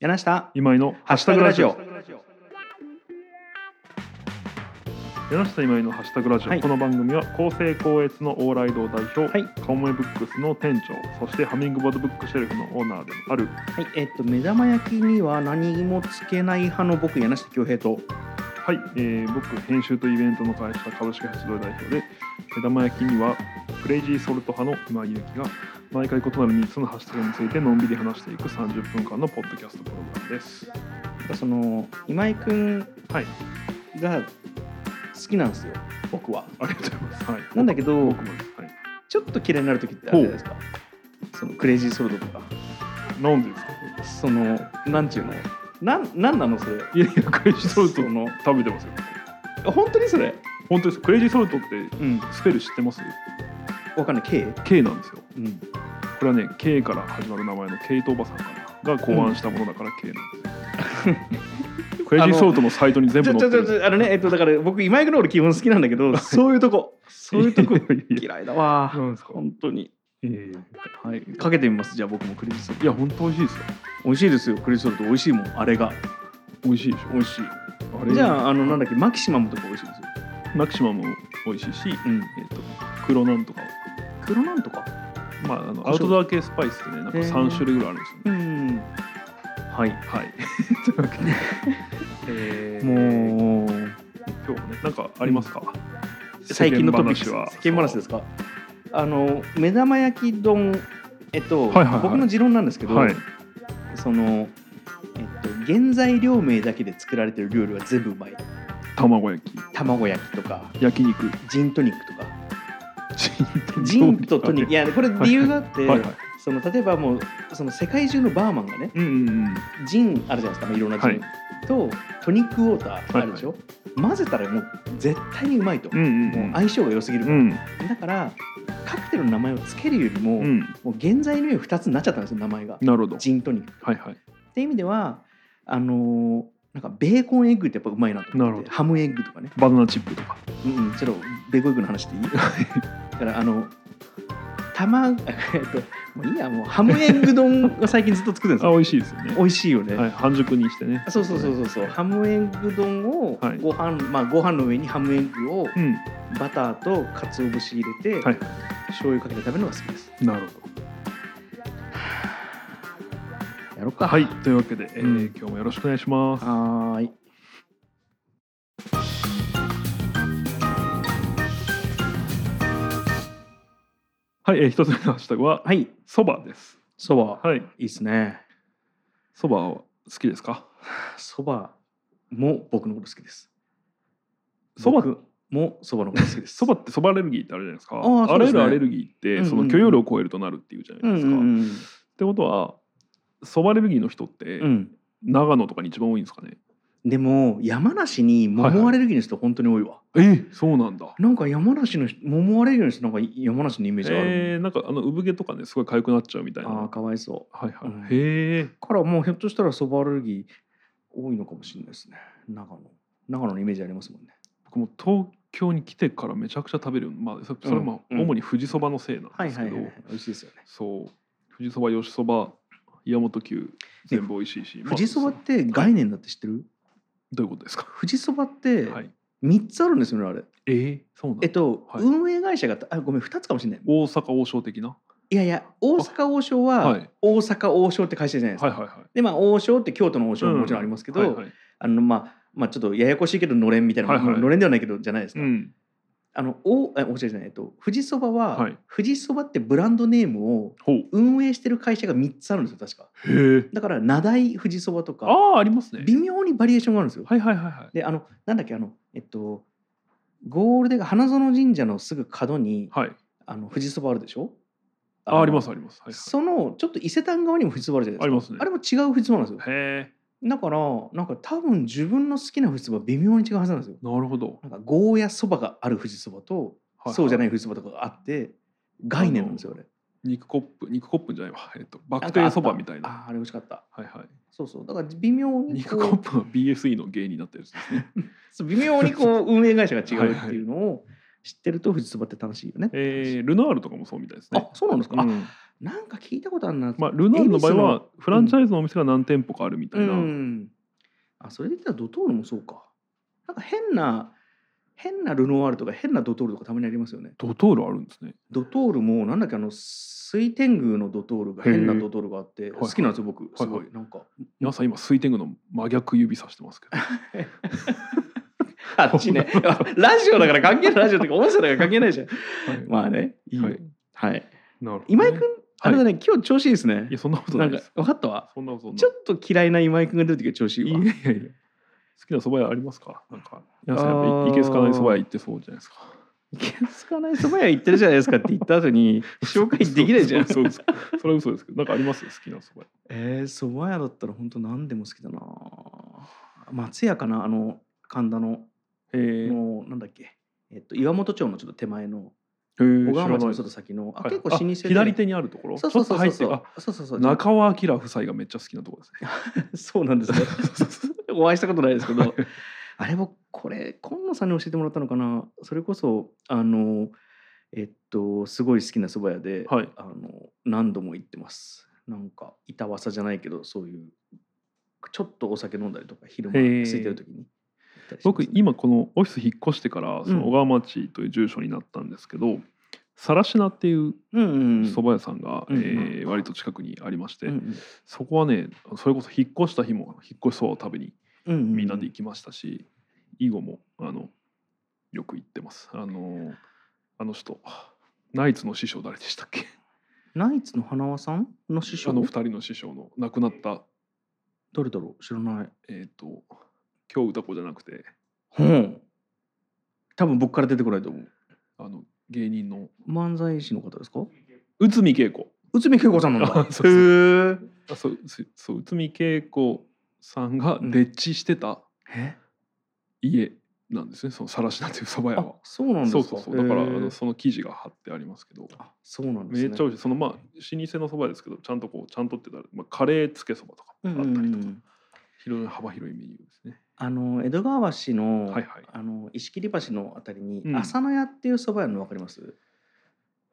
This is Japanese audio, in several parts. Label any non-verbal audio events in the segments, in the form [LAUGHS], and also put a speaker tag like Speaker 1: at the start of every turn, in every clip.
Speaker 1: 柳下
Speaker 2: 今井の
Speaker 1: ハッシュタグラジオ
Speaker 2: 柳下今井のハッシュタグラジオ、
Speaker 1: はい
Speaker 2: この番組は厚生高越の往来堂代表、
Speaker 1: はい
Speaker 2: カモメブックスの店長そしてハミングバードブックシェルフのオーナーでもある
Speaker 1: はいえっと目玉焼きには何もつけない派の僕柳下恭平と
Speaker 2: はい、えー僕編集とイベントの会社株式発動代表で目玉焼きにはクレイジーソルト派の今井ゆきが毎回異なる3つのハッシュタグについてのんびり話していく30分間のポッドキャストプログラムです
Speaker 1: その今井くん
Speaker 2: はい
Speaker 1: が好きなんですよ僕は
Speaker 2: ありがとうございます、はい、
Speaker 1: なんだけど
Speaker 2: 僕もです、はい、
Speaker 1: ちょっと嫌いになる時ってあるじゃないですかそのクレイジーソルトとか
Speaker 2: なんでですか
Speaker 1: そのなんちゅうのなんなんなのそれ
Speaker 2: いやいやクレイジーソルト
Speaker 1: その
Speaker 2: 食べてますよ
Speaker 1: 本当にそれ
Speaker 2: 本当ですクレイジーソルトって
Speaker 1: うん
Speaker 2: スペル知ってます
Speaker 1: わかんない K?
Speaker 2: K なんですよ
Speaker 1: うん
Speaker 2: これはね K から始まる名前のケイトおばさんかなが考案したものだから K なんですよ、クレイジーソルトのサイトに全
Speaker 1: ち
Speaker 2: 部
Speaker 1: ょ
Speaker 2: 載っ
Speaker 1: ち
Speaker 2: て
Speaker 1: ょち
Speaker 2: る
Speaker 1: ょあのねえっとだから僕今井君の俺基本好きなんだけどそういうとこそう [LAUGHS] いうとこ嫌いだわ
Speaker 2: なんですか
Speaker 1: 本当に
Speaker 2: え
Speaker 1: はいかけてみますじゃあ僕もクリスソル
Speaker 2: えいや本当美味しいですよ
Speaker 1: 美味しいですよクリスソルト美味しいもんあれが
Speaker 2: 美味しいでし
Speaker 1: 美味しい
Speaker 2: ょあれ
Speaker 1: じゃああのなんだっけマキシマムとか美味しいですよ
Speaker 2: マキシマムも美味しいし、
Speaker 1: うん
Speaker 2: えっと黒なんとか
Speaker 1: 黒なんとか
Speaker 2: まああの
Speaker 1: 胡椒
Speaker 2: アウトドア系スパイスってねなんか
Speaker 1: へー
Speaker 2: 3種類ぐらいあるんですよね、
Speaker 1: んはい
Speaker 2: はい
Speaker 1: [LAUGHS]
Speaker 2: というわけで、えー
Speaker 1: もう
Speaker 2: 今日もねなんかありますか、
Speaker 1: 最近のトピックス
Speaker 2: 世間話は
Speaker 1: 世間話ですかあの目玉焼き丼えっと、
Speaker 2: はいはいはい
Speaker 1: 僕の持論なんですけど、
Speaker 2: はい
Speaker 1: そのえっと原材料名だけで作られてる料理は全部うまい
Speaker 2: 卵焼き
Speaker 1: 卵焼きとか [LAUGHS]
Speaker 2: 焼肉
Speaker 1: ジントニックとかジ
Speaker 2: ジ
Speaker 1: ンとトニックいやこれ理由があって、
Speaker 2: はいはい
Speaker 1: その例えばもうその世界中のバーマンがね
Speaker 2: うんうんうん
Speaker 1: ジンあるじゃないですか、まあ、いろんなジン、
Speaker 2: はい
Speaker 1: とトニックウォーターあるでしょ、混ぜたらもう絶対にうまいと、
Speaker 2: うんうんう
Speaker 1: もうん相性が良すぎる
Speaker 2: う
Speaker 1: から、
Speaker 2: ん
Speaker 1: だからカクテルの名前をつけるよりも、
Speaker 2: うん
Speaker 1: もう原材料2つになっちゃったんですよ名前が
Speaker 2: なるほど
Speaker 1: ジントニックっ
Speaker 2: はいはい
Speaker 1: ていう意味ではあのーなんかベーコンエッグってやっぱうまいなと
Speaker 2: なる
Speaker 1: 思っ
Speaker 2: ほ
Speaker 1: て
Speaker 2: ど
Speaker 1: ハムエッグとかね
Speaker 2: バナナチップとか
Speaker 1: うん、うん、ちょっとベーコンエッグの話でいい [LAUGHS] だからあの卵 [LAUGHS] えっともういいやもうハムエッグ丼が最近ずっと作ってるんです
Speaker 2: [LAUGHS] あ
Speaker 1: よ
Speaker 2: 美味しいですよね
Speaker 1: 美味しいよね、
Speaker 2: はい半熟にしてね
Speaker 1: そうそうそうそうそうハムエッグ丼を
Speaker 2: はい
Speaker 1: ご飯、まあご飯の上にハムエッグを
Speaker 2: うん
Speaker 1: バターと鰹節入れて、
Speaker 2: はいは
Speaker 1: 醤油かけて食べるのが好きです。
Speaker 2: いなるほど
Speaker 1: やろうか。
Speaker 2: はいというわけで、えー
Speaker 1: うん
Speaker 2: 今日もよろしくお願いします
Speaker 1: はーい。
Speaker 2: はい、えー、一つ目のハッシュタグは
Speaker 1: はい。
Speaker 2: そばです
Speaker 1: そば、
Speaker 2: はい
Speaker 1: い、いですね。
Speaker 2: そば好きですか
Speaker 1: そばも僕のこと好きです。
Speaker 2: そば
Speaker 1: 僕もそばのこと好きです。
Speaker 2: そばってそばアレルギーってあるじゃないですか
Speaker 1: あーそうで
Speaker 2: あらゆ
Speaker 1: すね
Speaker 2: るアレルギーってそ
Speaker 1: うんうんう
Speaker 2: の
Speaker 1: ん
Speaker 2: 許容量を超えるとなるっていうじゃ
Speaker 1: う
Speaker 2: ない
Speaker 1: ん
Speaker 2: で
Speaker 1: う
Speaker 2: すか、っ
Speaker 1: ん
Speaker 2: てことはそばアレルギーの人って、
Speaker 1: うん。うん。
Speaker 2: 長野とかに一番多いんですかね
Speaker 1: でも山梨に桃アレルギーの人本当に多いわ。
Speaker 2: えー、そうなんだ
Speaker 1: なんか山梨の人桃アレルギーの人なんか山梨のイメージある。
Speaker 2: えー、なんかあの産毛とかねすごい痒くなっちゃうみたいな
Speaker 1: ああ
Speaker 2: は
Speaker 1: かわいそう。
Speaker 2: いはい、
Speaker 1: うん
Speaker 2: へえ
Speaker 1: からもうひょっとしたらそばアレルギー多いのかもしれないですね。長野長野のイメージありますもんね。
Speaker 2: 僕も東京に来てからめちゃくちゃ食べるように、まあ、そそれはまあ
Speaker 1: うんうん
Speaker 2: 主に富士そばのせいなんですけど、
Speaker 1: 美味しいですよね。
Speaker 2: そう富士そば吉そば岩本急全部美味しいし、まあ
Speaker 1: 富士そばって概念だって知ってる？
Speaker 2: どういうことですか、
Speaker 1: 富士そばって
Speaker 2: はい、
Speaker 1: 三つあるんですよねあれ。
Speaker 2: えー、そうなんだ
Speaker 1: えっと、
Speaker 2: はい
Speaker 1: 運営会社があごめん二つかもしれない。
Speaker 2: 大阪王将的ない
Speaker 1: やいや大阪王将は、
Speaker 2: はい
Speaker 1: 大阪王将って会社じゃないですか。
Speaker 2: はいはいはい
Speaker 1: でまあ王将って京都の王将ももちろんありますけど、
Speaker 2: はいはい
Speaker 1: あのまあまあちょっとややこしいけどのれんみたいな、
Speaker 2: はいはい
Speaker 1: まあのれんではないけどじゃないですか。
Speaker 2: うん、
Speaker 1: あのおあ王将じゃないえっと富士そばは、
Speaker 2: はい
Speaker 1: 富士そばってブランドネームを
Speaker 2: ほう
Speaker 1: 運営してる会社が三つあるんですよ確か。
Speaker 2: へえ
Speaker 1: だから名代富士そばとか
Speaker 2: ああありますね
Speaker 1: 微妙にバリエーションがあるんですよ。
Speaker 2: はいはいはいはい
Speaker 1: であのなんだっけあのえっとゴールデン花園神社のすぐ角に
Speaker 2: はい
Speaker 1: あの富士そばあるでしょ
Speaker 2: あ
Speaker 1: の
Speaker 2: ありますあります、はい
Speaker 1: そのちょっと伊勢丹側にも富士そばあるじゃないですか
Speaker 2: ありますね
Speaker 1: あれも違う富士そばなんですよ
Speaker 2: はい、へえ
Speaker 1: だからなんか多分自分の好きな富士そばは微妙に違うはずなんですよ
Speaker 2: なるほど、
Speaker 1: なんかゴーヤそばがある富士そばと、
Speaker 2: はい
Speaker 1: そうじゃないい富士そばとかがあって概念なんですよあれ
Speaker 2: 肉コップ肉コップじゃないわえっとバ
Speaker 1: な
Speaker 2: ク
Speaker 1: んかあ
Speaker 2: テ
Speaker 1: った
Speaker 2: ーそばみたいな
Speaker 1: あーあれ美味しかった
Speaker 2: はいはい
Speaker 1: そうそうだから微妙に
Speaker 2: 肉
Speaker 1: こ
Speaker 2: コ
Speaker 1: う
Speaker 2: ップは BSE の芸になったやつですね。
Speaker 1: [LAUGHS] そう微妙にこう運営会社が違うっていうのを知ってると富士そばって楽しいよね
Speaker 2: えー、ルナールとかもそうみたいですね
Speaker 1: あ。そうなんですか、あ
Speaker 2: うん
Speaker 1: なんか聞いたことあるな、
Speaker 2: まあ、ルナールの場合はフランチャイズのお店が何店舗かあるみた
Speaker 1: う
Speaker 2: いな、
Speaker 1: んあそれで言ったらドトールもそうかなんか変な変なルノワールとか変なドトールとかたまにありますよね
Speaker 2: ドトールあるんですね
Speaker 1: ドトールもなんだっけあの水天宮のドトールが変な
Speaker 2: へえ
Speaker 1: ドトールがあって
Speaker 2: はい
Speaker 1: 好きなんですよ僕
Speaker 2: い
Speaker 1: すご
Speaker 2: はい
Speaker 1: なんか
Speaker 2: 皆さん今水天宮の真逆指さしてま
Speaker 1: [LAUGHS]
Speaker 2: すけど
Speaker 1: あっちね [LAUGHS] ラジオだから関係ないラジオとか音声だから関係ないじゃん
Speaker 2: はい
Speaker 1: まあねいいよ
Speaker 2: はい
Speaker 1: はい
Speaker 2: なるほどね
Speaker 1: 今井君あ
Speaker 2: はい
Speaker 1: れだね今日調子いいですね
Speaker 2: いやそんなこと
Speaker 1: な
Speaker 2: ない
Speaker 1: ん
Speaker 2: で
Speaker 1: か
Speaker 2: す
Speaker 1: 分かったわ
Speaker 2: そんなことない
Speaker 1: ちょっと嫌いな今井君が出る時は調子いいわ
Speaker 2: いやいやいや好きな蕎麦屋ありますかなんか皆さんやっ
Speaker 1: あ
Speaker 2: ぱ
Speaker 1: ー
Speaker 2: いいけすかない蕎麦屋行ってそうじゃないですか
Speaker 1: 気がつかない蕎麦屋行ってるじゃないですかって言った後 [LAUGHS] に紹介できないじゃないですか
Speaker 2: そうそうそうそれは嘘ですけどなんかあります好きな蕎麦
Speaker 1: えー、蕎麦屋だったら本当何でも好きだな松屋かなあの神田の
Speaker 2: 屋へえ
Speaker 1: のなんだっけえっと岩本町のちょっと手前の
Speaker 2: 小
Speaker 1: 小川町のちょっと先のあ結構老舗で、
Speaker 2: 左手にあるところ
Speaker 1: そうそうそうそう
Speaker 2: ち
Speaker 1: そ
Speaker 2: ょっと入っ
Speaker 1: う
Speaker 2: て
Speaker 1: そうそうそ
Speaker 2: あ
Speaker 1: う
Speaker 2: 中尾明夫妻がめっちゃ好きなところですね
Speaker 1: [LAUGHS] そうなんですねお会いしたことないですけどあれ僕これ今野さんに教えてもらったのかなそれこそあのえっとすごい好きな蕎麦屋で、
Speaker 2: はい
Speaker 1: あの何度も行ってますなんか板わさじゃないけどそういうちょっとお酒飲んだりとか昼間
Speaker 2: へー
Speaker 1: 空いてる時に行ったりしますね
Speaker 2: 僕今このオフィス引っ越してからそ
Speaker 1: うん
Speaker 2: の小川町という住所になったんですけどさらしなっていう
Speaker 1: うんうんうん
Speaker 2: 蕎麦屋さんが、
Speaker 1: うんうん
Speaker 2: えー割と近くにありまして、
Speaker 1: うんうん
Speaker 2: そこはねそれこそ引っ越した日も引っ越しそばを食べに
Speaker 1: うんうん
Speaker 2: みんなで行きましたし、以後もあのよく行ってますあのあの人ナイツの師匠誰でしたっけ
Speaker 1: ナイツの花輪さんの師匠
Speaker 2: あの二人の師匠の亡くなった
Speaker 1: どれだろう知らない
Speaker 2: えっ、と今日歌子じゃなくて
Speaker 1: うん多分僕から出てこないと思う
Speaker 2: あの芸人の
Speaker 1: 漫才師の方ですか
Speaker 2: 内海恵子
Speaker 1: 内海恵子さんなんだ
Speaker 2: あそうそう
Speaker 1: へー
Speaker 2: あそうすそう内海恵子さんが
Speaker 1: うん
Speaker 2: でっちしてた
Speaker 1: え
Speaker 2: 家なんですね、そのさらしなという蕎麦屋
Speaker 1: あ
Speaker 2: は。
Speaker 1: そうなんです
Speaker 2: そ
Speaker 1: か
Speaker 2: うそうそうだからあ
Speaker 1: へー
Speaker 2: のその記事が貼ってありますけど
Speaker 1: あそうなんです
Speaker 2: め
Speaker 1: ね
Speaker 2: っちゃ美味しいそのまあ老舗の蕎麦ですけどちゃんとこうちゃんとって言ったら、まあ、カレーつけそばとかあ
Speaker 1: う
Speaker 2: っ
Speaker 1: ん
Speaker 2: た
Speaker 1: う
Speaker 2: り
Speaker 1: ん
Speaker 2: と
Speaker 1: う
Speaker 2: か、
Speaker 1: ん
Speaker 2: 広い幅広いメニューですね。
Speaker 1: あの江戸川橋の,、
Speaker 2: はいはい
Speaker 1: あの石切橋のあたりに、
Speaker 2: うん
Speaker 1: 浅野屋っていう蕎麦屋のわかります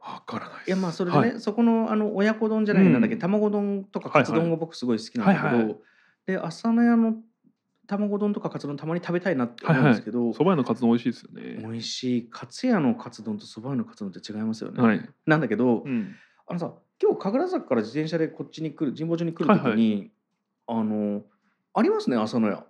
Speaker 2: わからないです。
Speaker 1: いやまあそれでね、
Speaker 2: はい、
Speaker 1: そこのあの親子丼じゃない、
Speaker 2: うん
Speaker 1: なんだっけ卵丼とか
Speaker 2: は
Speaker 1: カ
Speaker 2: いはい
Speaker 1: ツ丼が僕すごい好きなんだけど、
Speaker 2: はいはい
Speaker 1: で浅野屋の卵丼とかカツ丼たまに食べたいなって思うんですけど、
Speaker 2: 蕎麦屋のカツ丼美味しいですよね。
Speaker 1: 美味しいカツ屋のカツ丼と蕎麦屋のカツ丼って違いますよね、
Speaker 2: はい。
Speaker 1: なんだけど、
Speaker 2: うん。
Speaker 1: あのさ今日神楽坂から自転車でこっちに来る神保町に来る時に、あのありますね浅野屋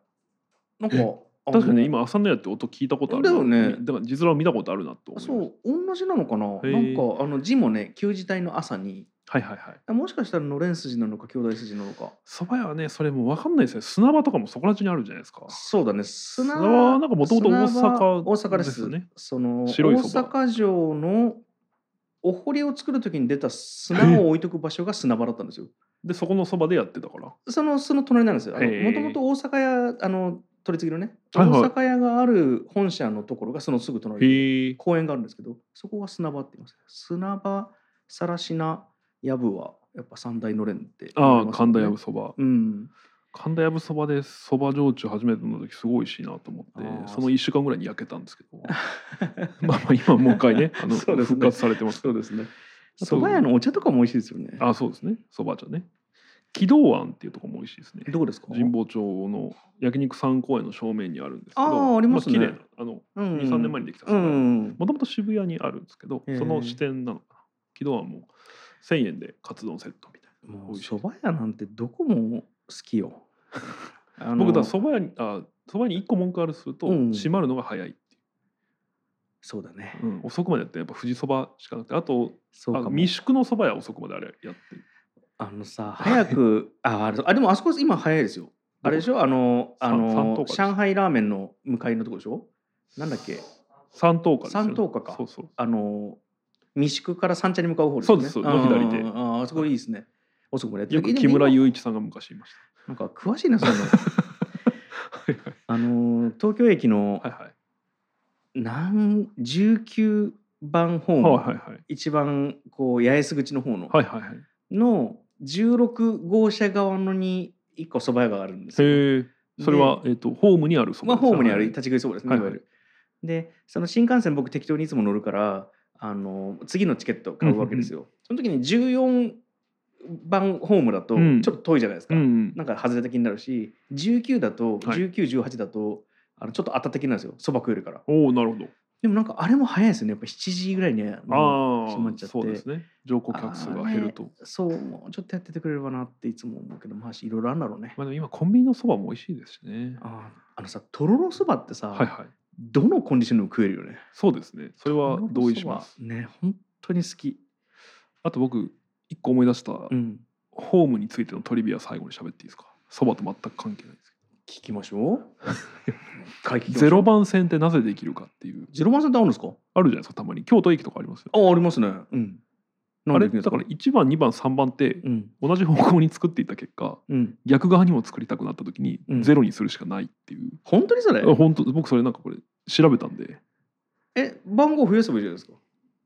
Speaker 1: なんか
Speaker 2: え
Speaker 1: あの
Speaker 2: 確かにね今朝のやって音聞いたことあるな。
Speaker 1: だよね
Speaker 2: だから実は見たことあるなと思いました
Speaker 1: そう同じなのかななんか
Speaker 2: へえ
Speaker 1: あの字もね旧字体の朝に
Speaker 2: はいはいはい。
Speaker 1: もしかしたらのれん筋なのか兄弟筋なのか
Speaker 2: 蕎麦屋はねそれもう分かんないですね。砂場とかもそこら中にあるじゃないですか。
Speaker 1: そうだね砂
Speaker 2: 砂場はなんか元々大阪
Speaker 1: 砂場大阪です
Speaker 2: ですよね
Speaker 1: その大
Speaker 2: 白いそば
Speaker 1: 阪城のお堀を作る時に出た砂を置いとく場所が砂場だったんですよ
Speaker 2: でそこのそばでやってたから。
Speaker 1: そのその隣なんですよ。
Speaker 2: へえ
Speaker 1: もともと大阪屋あの取り次ぎのね、
Speaker 2: はいはい
Speaker 1: 大阪屋がある本社のところがそのすぐ隣に
Speaker 2: へえ。
Speaker 1: 公園があるんですけど、そこが砂場って言います。砂場、さらしな、やぶはやっぱ三大のれんって、
Speaker 2: ああ神田やぶ
Speaker 1: す
Speaker 2: そば。
Speaker 1: よね。うん。
Speaker 2: 神田やぶそばでそば焼酎初めて飲んだ時すごい美味しいなと思
Speaker 1: あ
Speaker 2: っ
Speaker 1: ー
Speaker 2: てその1週間ぐらいに焼けたんですけど
Speaker 1: [LAUGHS]
Speaker 2: まあまあ今もう一回ねあの
Speaker 1: そうですね
Speaker 2: 復活されてますけ
Speaker 1: そ
Speaker 2: ど
Speaker 1: うですね。
Speaker 2: [LAUGHS] そ
Speaker 1: 蕎
Speaker 2: う
Speaker 1: 麦屋のお茶とかも美味しいですよね。
Speaker 2: あそうですねそば茶ね喜道庵っていうとこも美味しいですね
Speaker 1: どこですか？
Speaker 2: 神保町の焼肉三公園の正面にあるんですけど
Speaker 1: あーありますね
Speaker 2: 綺麗なあの
Speaker 1: うん
Speaker 2: 23年前にできた
Speaker 1: う
Speaker 2: も
Speaker 1: ん。
Speaker 2: ともと渋谷にあるんですけど
Speaker 1: へー
Speaker 2: その支店なのかな喜道庵も1000円でカツ丼セットみたい
Speaker 1: もう
Speaker 2: 美味しい
Speaker 1: 蕎麦屋なんてどこも好きよ。
Speaker 2: [LAUGHS]
Speaker 1: あ
Speaker 2: な
Speaker 1: の
Speaker 2: 僕だからそば屋にあそばに1個文句あるとすると
Speaker 1: うん
Speaker 2: 閉まるのが早いっていう
Speaker 1: そうだね。
Speaker 2: うん、遅くまでやってやっぱ富士そばしかなくてあと
Speaker 1: そう
Speaker 2: あ
Speaker 1: か
Speaker 2: の
Speaker 1: も。
Speaker 2: 未宿のそば屋遅くまであれやってる
Speaker 1: あのさ、早く、あ、あれあでもあそこ今早いですよ。あれでしょあの、あ
Speaker 2: 三三等
Speaker 1: の、
Speaker 2: 価です
Speaker 1: 上海ラーメンの向かいのとこでしょなんだっけ
Speaker 2: 三等価ですよ
Speaker 1: 三等価か
Speaker 2: そうそう
Speaker 1: あの、三宿から三茶に向かう方
Speaker 2: そうですそうですの左手
Speaker 1: あああそこいいですね。遅くまでやって
Speaker 2: よ
Speaker 1: る
Speaker 2: く木村
Speaker 1: でも今
Speaker 2: 雄一さんが昔いまし
Speaker 1: なんか詳しいな、
Speaker 2: [LAUGHS]
Speaker 1: その。
Speaker 2: たはいはい
Speaker 1: あの、東京駅の、
Speaker 2: はいはい
Speaker 1: なん、19番ホーム、
Speaker 2: はいはい
Speaker 1: 一番、こう、八重洲口の方の、
Speaker 2: はいはいはいはい
Speaker 1: の16号車側のに、一個蕎麦屋があるんですよ。
Speaker 2: へえそれは、えっとホームにあるそ
Speaker 1: ま
Speaker 2: ば
Speaker 1: あ、ホームにある
Speaker 2: はい
Speaker 1: 立ち食いそばですね、
Speaker 2: はいい
Speaker 1: わ
Speaker 2: はい
Speaker 1: ゆる。でその新幹線僕適当にいつも乗るからあの次のチケット買うわけですよ。その時に14版ホームだと
Speaker 2: うん
Speaker 1: ちょっと遠いじゃないですか、
Speaker 2: うん
Speaker 1: なんか外れた気になるし19だと
Speaker 2: はい
Speaker 1: 1918だと、あのちょっと当たった気になるんですよそば食えるから
Speaker 2: おおなるほど
Speaker 1: でもなんかあれも早いですよねやっぱ7時ぐらいに、ね、
Speaker 2: あ
Speaker 1: 閉まっちゃって
Speaker 2: あそうですね乗降客数が減ると
Speaker 1: そうもうちょっとやっててくれればなっていつも思うけどまあいろいろあるんだろうね
Speaker 2: まあでも今コンビニのそばも美味しいですしね
Speaker 1: あーあのさとろろそばってさ、
Speaker 2: はいはい
Speaker 1: どのコンディションでも食えるよね
Speaker 2: そうですねそれは同意します
Speaker 1: とろろそばね本当に好き
Speaker 2: あと僕一個思い出した
Speaker 1: うん
Speaker 2: ホームについてのトリビア最後に喋っていいですかそばと全く関係ないです
Speaker 1: 聞きまし [LAUGHS] ょう回聞きま
Speaker 2: けど
Speaker 1: しょう
Speaker 2: ゼロ番線ってなぜできるかっていう
Speaker 1: ゼロ番線ってあるんですか
Speaker 2: あるじゃないですかたまに京都駅とかありますよ
Speaker 1: あありますねうんな
Speaker 2: あ
Speaker 1: んで
Speaker 2: れ
Speaker 1: できるんで
Speaker 2: だ
Speaker 1: す
Speaker 2: から1番2番3番って
Speaker 1: うん
Speaker 2: 同じ方向に作っていった結果
Speaker 1: うん
Speaker 2: 逆側にも作りたくなった時に
Speaker 1: うん
Speaker 2: ゼロにするしかないっていう、
Speaker 1: 本当にそれ
Speaker 2: 本当僕それなんかこれ調べたんで
Speaker 1: え番号増やせばいいじゃないですか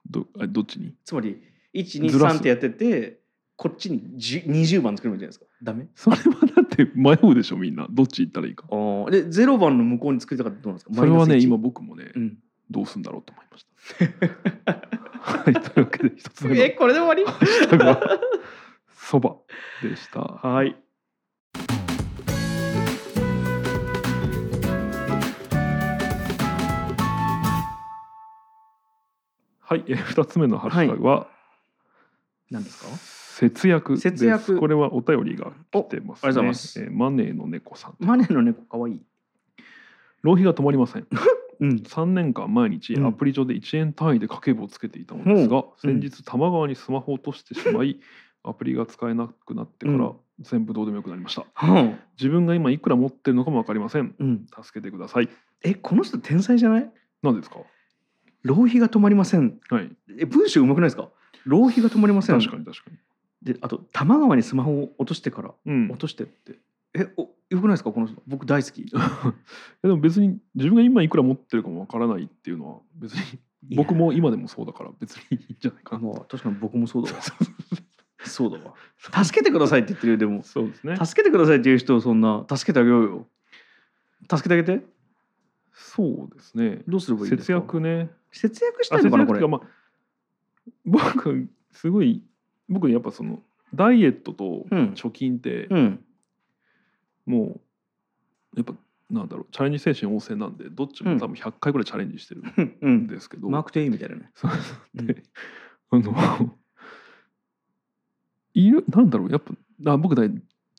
Speaker 2: どあどっちに
Speaker 1: つまり
Speaker 2: ずらす
Speaker 1: 123ってやっててこっちに10 20番作ればいいじゃないですかダメ
Speaker 2: それはだって迷うでしょみんなどっち行ったらいいか
Speaker 1: あーで0番の向こうに作りたかったらどうなんですか
Speaker 2: それは
Speaker 1: マ
Speaker 2: ね
Speaker 1: イナス一
Speaker 2: 今僕もね、
Speaker 1: うん
Speaker 2: どうすんだろうと思いましたはいというわけで一つ目の
Speaker 1: えこれで終わり
Speaker 2: ハッシュタグはそばでした
Speaker 1: はい
Speaker 2: はい、えー、2つ目のハッシュタグは、
Speaker 1: 何ですか
Speaker 2: 節約です
Speaker 1: 節約
Speaker 2: これはお便りが来てます、ね、
Speaker 1: おありがとうございます
Speaker 2: えーマネーの猫さん
Speaker 1: マネーの猫かわいい
Speaker 2: 浪費が止まりません
Speaker 1: うん
Speaker 2: 3年間毎日
Speaker 1: うん
Speaker 2: アプリ上で1円単位で家計簿をつけていたのですが、
Speaker 1: ううん
Speaker 2: 先日多摩川にスマホを落としてしまいアプリが使えなくなってから
Speaker 1: うん
Speaker 2: 全部どうでもよくなりました
Speaker 1: うん
Speaker 2: 自分が今いくら持ってるのかも分かりません
Speaker 1: うん
Speaker 2: 助けてください
Speaker 1: えこの人天才じゃない
Speaker 2: 何ですか
Speaker 1: 浪費が止まりません
Speaker 2: はい
Speaker 1: え文章うまくないですか浪費が止まりません
Speaker 2: 確かに確かに
Speaker 1: であと多摩川にスマホを落としてから
Speaker 2: うん
Speaker 1: 落としてってえおよくないですかこの人僕大好き
Speaker 2: でも別に自分が今いくら持ってるかもわからないっていうのは別に僕も今でもそうだから別にいいんじゃないかな
Speaker 1: もう確かに僕もそう
Speaker 2: [LAUGHS]
Speaker 1: だわそうだわ助けてくださいって言ってるよでも
Speaker 2: そうですね
Speaker 1: 助けてくださいっていう人をそんな助けてあげようよ助けてあげて
Speaker 2: そうですね
Speaker 1: どうすればいいんです
Speaker 2: 節
Speaker 1: か
Speaker 2: 約ね
Speaker 1: 節約した
Speaker 2: あ
Speaker 1: い
Speaker 2: 節
Speaker 1: のか
Speaker 2: 約
Speaker 1: な
Speaker 2: っ
Speaker 1: こ
Speaker 2: てい
Speaker 1: れ
Speaker 2: うかまあ僕すごい僕やっぱそのダイエットと
Speaker 1: うん
Speaker 2: 貯金って
Speaker 1: うん
Speaker 2: もうやっぱなんだろうチャレンジ精神旺盛なんでどっちも多分100回ぐらいチャレンジしてる
Speaker 1: うんうんん
Speaker 2: ですけど、
Speaker 1: マークテインみたいなね
Speaker 2: そうで、あの、いる、なんだろう、やっぱ、あ僕だい、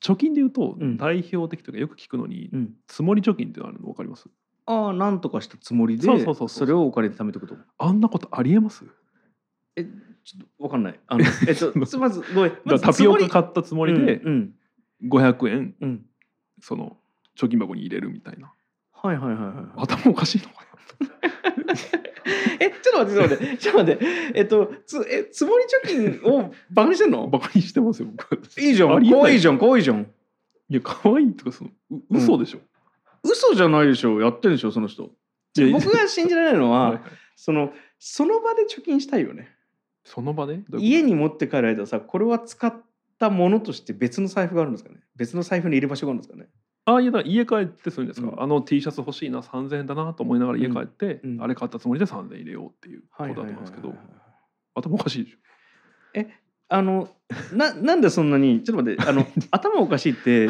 Speaker 2: 貯金で言うと
Speaker 1: う、ん
Speaker 2: 代表的というか、よく聞くのに、
Speaker 1: うん
Speaker 2: 積もり貯金っていうのあるの分かります
Speaker 1: ああなんとかしたつもりで
Speaker 2: そうそうそうそう
Speaker 1: それをお金で貯めておくと
Speaker 2: あんなことありえます
Speaker 1: えちょっとわかんないあのえっと
Speaker 2: [LAUGHS] その
Speaker 1: つまずごめんま
Speaker 2: だ
Speaker 1: ず
Speaker 2: からタピオカ
Speaker 1: つも
Speaker 2: 買ったつも
Speaker 1: り
Speaker 2: りで
Speaker 1: うんうん
Speaker 2: 500円
Speaker 1: うん
Speaker 2: その貯金箱に入れるみたいな
Speaker 1: はいはいはいはい
Speaker 2: 頭おかしいのか
Speaker 1: え、ちょっと待って、ちょっと待っ
Speaker 2: [LAUGHS]
Speaker 1: て、ちょっと待って、えっと、つ、え、つもり貯金をバカにしてん
Speaker 2: な
Speaker 1: の
Speaker 2: バ。カにしてますよ僕
Speaker 1: いいじゃ
Speaker 2: あ
Speaker 1: ん、
Speaker 2: りえない
Speaker 1: 可愛いじゃん、可愛いじゃん。
Speaker 2: いや可愛いとかそのう嘘でしょ、
Speaker 1: 嘘じゃないでしょやってるでしょその人。
Speaker 2: いやいや
Speaker 1: 僕が信じられないの
Speaker 2: はいはい
Speaker 1: は、その、その場で貯金したいよね。
Speaker 2: その場でどういう
Speaker 1: 家
Speaker 2: こ
Speaker 1: に持って帰る間さ、これは使ったものとして、別の財布があるんですかね。別の財布に入れ場所があるんですかね。
Speaker 2: とあいやだから家帰ってするんですか、
Speaker 1: うん
Speaker 2: あの T シャツ欲しいな3000円だなと思いながら家帰って、
Speaker 1: うんうん
Speaker 2: あれ買ったつもりで3000円入れようっていうことだと思うんですけど、頭おかしいでしょ
Speaker 1: あの、な、 [LAUGHS] なんでそんなに、ちょっと待って、あの、頭おかしいって。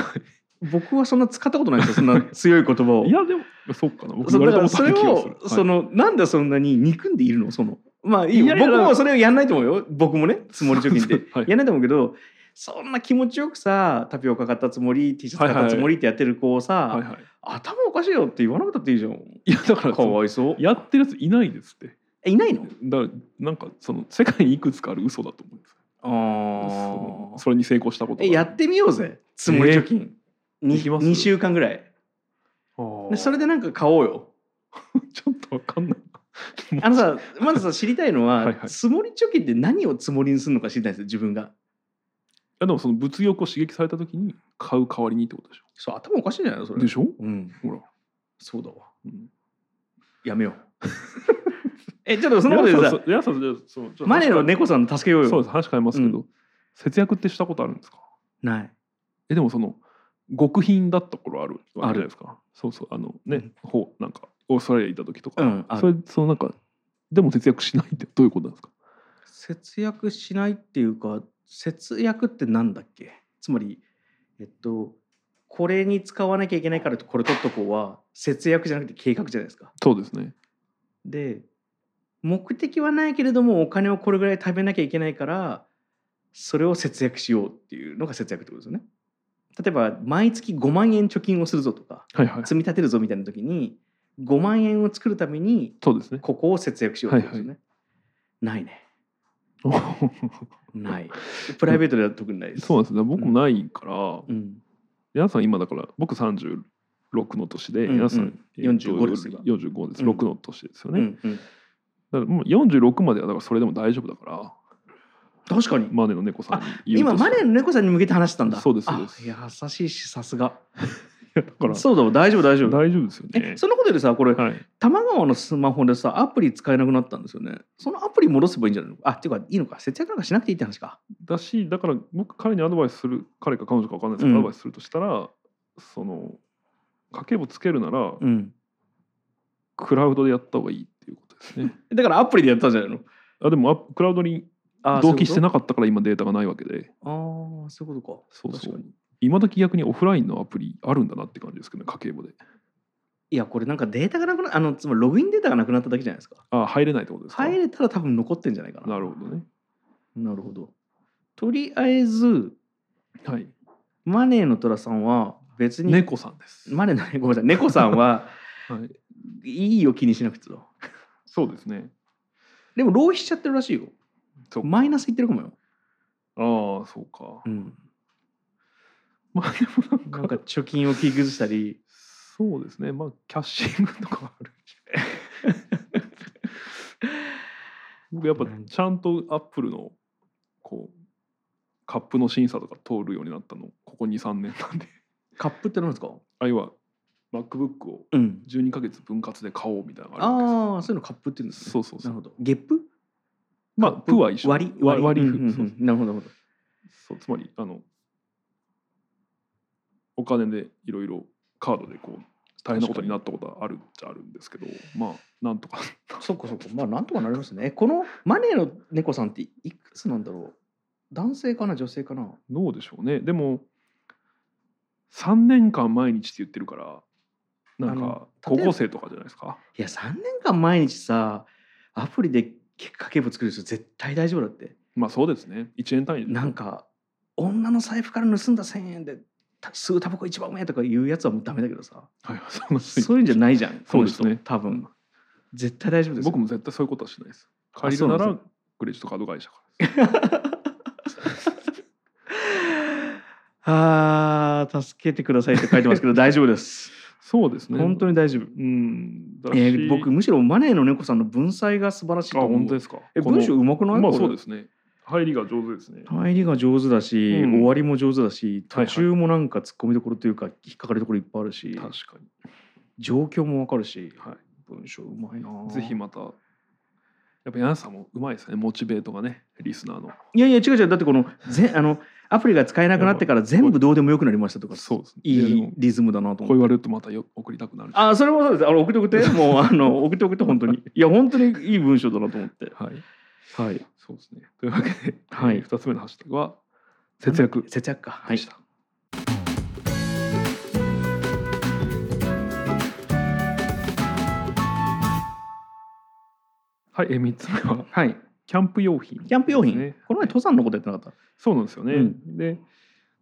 Speaker 1: 僕はそんな使ったことないんですよ。そんな強い言
Speaker 2: [LAUGHS]
Speaker 1: 葉を。
Speaker 2: いやでもそうかな僕
Speaker 1: そ
Speaker 2: 言
Speaker 1: う
Speaker 2: わ
Speaker 1: だ
Speaker 2: れ
Speaker 1: か
Speaker 2: たこ
Speaker 1: ら
Speaker 2: と
Speaker 1: それ
Speaker 2: ある気が
Speaker 1: を
Speaker 2: す、る
Speaker 1: そのなんでそんなに憎んでいるのそのまあいいよ
Speaker 2: いやいや
Speaker 1: 僕
Speaker 2: だか
Speaker 1: も
Speaker 2: ら
Speaker 1: それをやんないと思うよ僕もねつもり貯金
Speaker 2: [LAUGHS] そう
Speaker 1: で
Speaker 2: そうはい
Speaker 1: やんないと思うけどそんな気持ちよくさタピオカ買ったつもり T シャツ買ったつもりってやってる子をさ、
Speaker 2: はいはいはい、
Speaker 1: 頭おかしいよって言わなくたっていいじゃん
Speaker 2: いやだから
Speaker 1: か
Speaker 2: その
Speaker 1: わいそう
Speaker 2: やってるやついないですって
Speaker 1: えいないの
Speaker 2: だからなんかその世界にいくつかある嘘だと思うんです
Speaker 1: ああ
Speaker 2: そのそれに成功したことが
Speaker 1: えやってみようぜつもり貯金、に
Speaker 2: できます
Speaker 1: 2, 週間ぐらい
Speaker 2: あー
Speaker 1: でそれでなんか買おうよ
Speaker 2: [LAUGHS] ちょっとわかんない
Speaker 1: あのさまずさ知りたいのは
Speaker 2: はいはい
Speaker 1: つもり貯金って何をつもりにするのか知りたいんですよ自分が。
Speaker 2: あでもその物欲を刺激された時に買う代わりにってことでしょ
Speaker 1: そう頭おかしいんじゃないのそれ
Speaker 2: でしょ
Speaker 1: うん
Speaker 2: ほら、
Speaker 1: そうだわ
Speaker 2: うん、
Speaker 1: やめよう [LAUGHS] えちょっとそのことで
Speaker 2: 皆
Speaker 1: さ
Speaker 2: さん皆さんじゃあそのちょっと
Speaker 1: マネーの猫さん助けようよ
Speaker 2: そうです話変えますけど、
Speaker 1: う
Speaker 2: 節約ってしたことあるんですか
Speaker 1: ない
Speaker 2: えでもその極貧だった頃あるわけじゃないですかそうそうあの
Speaker 1: う
Speaker 2: ね
Speaker 1: ん
Speaker 2: ほうなんかオーストラリアにいた時とか、
Speaker 1: うんある
Speaker 2: それそのなんかでも節約しないってどういうことなんですか
Speaker 1: 節約しないっていうか節約ってなんだっけつまりえっとこれに使わなきゃいけないからこれ取っとこうは節約じゃなくて計画じゃないですか。
Speaker 2: そうですね。
Speaker 1: で目的はないけれどもお金をこれぐらい食べなきゃいけないからそれを節約しようっていうのが節約ってことですよね。例えば毎月5万円貯金をするぞとか
Speaker 2: はいはい。
Speaker 1: [LAUGHS] 積み立てるぞみたいな時に5万円を作るために
Speaker 2: そ
Speaker 1: [LAUGHS]
Speaker 2: うですね。
Speaker 1: ここを節約しようってことですよね。ないね。ない。プライベートでは特にないです。
Speaker 2: [LAUGHS] そうなんですね。僕もないから、
Speaker 1: うん。
Speaker 2: 皆さん今だから僕36の年
Speaker 1: うん
Speaker 2: で、
Speaker 1: うん
Speaker 2: 皆さんえーと
Speaker 1: 45です今
Speaker 2: 45です。
Speaker 1: うん
Speaker 2: 6の年ですよ
Speaker 1: う
Speaker 2: ね。
Speaker 1: んうん、
Speaker 2: だからもう46まではだからそれでも大丈夫だから、
Speaker 1: 確かに。
Speaker 2: マネの猫さんに言う
Speaker 1: 今
Speaker 2: と
Speaker 1: マネーの猫さんに向けて話したんだ。
Speaker 2: そうですそうです
Speaker 1: あ優しいしさすが。
Speaker 2: だから
Speaker 1: そうだわ大丈夫大丈夫。
Speaker 2: 大丈夫ですよ
Speaker 1: え
Speaker 2: ね。
Speaker 1: そのことよりさこれ
Speaker 2: はい。
Speaker 1: 多摩川のスマホでさアプリ使えなくなったんですよね。そのアプリ戻せばいいんじゃないのあっていうかいいのか節約なんかしなくていいって話か。
Speaker 2: だしだから僕彼にアドバイスする彼か彼女か分かんないです
Speaker 1: う
Speaker 2: けど、
Speaker 1: ん
Speaker 2: アドバイスするとしたらその家計簿つけるなら、
Speaker 1: うん。
Speaker 2: クラウドでやった方がいいっていうことですね。
Speaker 1: だからアプリでやったんじゃないの。
Speaker 2: あでもアップクラウドに
Speaker 1: あー
Speaker 2: 同期して
Speaker 1: い。
Speaker 2: なかったから今データがないわけで
Speaker 1: ああーそういうことか。
Speaker 2: そうそ
Speaker 1: 確か
Speaker 2: う
Speaker 1: に。
Speaker 2: 今時逆にオフラインのアプリあるんだなって感じですけどね家計簿で
Speaker 1: いやこれなんかデータがなくなあのつまりログインデータがなくなっただけじゃないですか。
Speaker 2: あ入れないってことですか
Speaker 1: 入れたら多分残ってんじゃないかな。
Speaker 2: なるほどね
Speaker 1: なるほど。とりあえず
Speaker 2: はい
Speaker 1: マネーの虎さんは別に
Speaker 2: 猫さんです、
Speaker 1: マネーの [LAUGHS] ごめんなさい猫さんは
Speaker 2: はい、
Speaker 1: いいよ気にしなくてと
Speaker 2: そうですね
Speaker 1: でも浪費しちゃってるらしいよ
Speaker 2: そう
Speaker 1: マイナスいってるかもよ、
Speaker 2: ああそうか
Speaker 1: うん、
Speaker 2: まあでもなんか
Speaker 1: なんか貯金を切り崩したり
Speaker 2: そうですねまあキャッシングとかあるし
Speaker 1: [LAUGHS]
Speaker 2: 僕やっぱちゃんとアップルのこうカップの審査とか通るようになったのここ23年なんで [LAUGHS]
Speaker 1: カップってなんですか
Speaker 2: あるいは MacBook を
Speaker 1: うん
Speaker 2: 12ヶ月分割で買おうみたいなのがあるわ
Speaker 1: ああそういうのカップって言うん
Speaker 2: け
Speaker 1: で
Speaker 2: で
Speaker 1: す
Speaker 2: す
Speaker 1: ね
Speaker 2: そうそうそ
Speaker 1: なる
Speaker 2: う
Speaker 1: ほどゲップ
Speaker 2: まあプは一緒
Speaker 1: 割り
Speaker 2: 割割り
Speaker 1: う
Speaker 2: 符
Speaker 1: んうんうん
Speaker 2: そうそう
Speaker 1: なるほどなるほ
Speaker 2: そうつまりあのお金でいろいろカードでこう大変なことになったことはあるっちゃあるんですけどまあなんとか [LAUGHS]
Speaker 1: どそっかそっかまあなんとかなりますねこのマネーの猫さんっていくつなんだろう男性かな女性かな
Speaker 2: どうでしょうねでも3年間毎日って言ってるからなんか
Speaker 1: あの例
Speaker 2: 高
Speaker 1: えば
Speaker 2: 校生とかじゃないですか
Speaker 1: いや3年間毎日さアプリで家計簿作る人絶対大丈夫だって
Speaker 2: まあそうですね1年単位で
Speaker 1: なんか女の財布から盗んだ1,000円でた吸うタバコ一番うめえとか言うやつはもうダメだけどさ
Speaker 2: はい [LAUGHS] そんな
Speaker 1: そういうんじゃないじゃん
Speaker 2: そうですね
Speaker 1: この人多分絶対大丈夫ですよ
Speaker 2: 僕も絶対そういうことはしないです
Speaker 1: あ
Speaker 2: 借り
Speaker 1: そ
Speaker 2: る
Speaker 1: うな
Speaker 2: なん
Speaker 1: です
Speaker 2: ら
Speaker 1: よ
Speaker 2: クレジットカード会社からです
Speaker 1: あー助けてくださいって書いてますけど大丈夫 [LAUGHS] です
Speaker 2: そうですね
Speaker 1: 本当に大丈夫、
Speaker 2: うんだし、
Speaker 1: えー僕むしろマネーの猫さんの文才が素晴らしい
Speaker 2: あ
Speaker 1: と思
Speaker 2: 本当
Speaker 1: う
Speaker 2: ですか
Speaker 1: え
Speaker 2: この
Speaker 1: 文章うまくない
Speaker 2: ま
Speaker 1: こ
Speaker 2: あ
Speaker 1: れ
Speaker 2: そうですね入りが上手ですね
Speaker 1: 入りが上手だし、
Speaker 2: うん
Speaker 1: 終わりも上手だし
Speaker 2: はいは
Speaker 1: 途
Speaker 2: い
Speaker 1: 中もなんか突っ込みどころというか引っかかりどころいっぱいあるし、
Speaker 2: 確かに
Speaker 1: 状況もわかるし
Speaker 2: は
Speaker 1: 文章うまいない
Speaker 2: ぜひまたやっぱ柳さんもうまいですねモチベートがねリスナーの
Speaker 1: いやいや違う違うだってこのぜあのアプリが使えなくなってから全部どうでもよくなりましたとか
Speaker 2: そうですね
Speaker 1: い
Speaker 2: やで
Speaker 1: い
Speaker 2: も
Speaker 1: リズムだなと
Speaker 2: こう
Speaker 1: 思っ
Speaker 2: 言
Speaker 1: て。
Speaker 2: われるとまたよ送りたくなる
Speaker 1: あそれもそうです。あの送って送っ
Speaker 2: [LAUGHS]
Speaker 1: て、もうあの送って送って本当に。いや本当にいい文章だなと思って。
Speaker 2: はい
Speaker 1: はい。
Speaker 2: そうですねというわけで、
Speaker 1: はい
Speaker 2: えー二つ目のハッシュタグは節約
Speaker 1: 節約か。は
Speaker 2: で
Speaker 1: い
Speaker 2: し。た、はい、えー三つ目は
Speaker 1: はい。
Speaker 2: キャンプ用品、
Speaker 1: キャンプ用品。
Speaker 2: ですね
Speaker 1: この前登山のことやってなかっ
Speaker 2: そうなんですよね、
Speaker 1: う
Speaker 2: で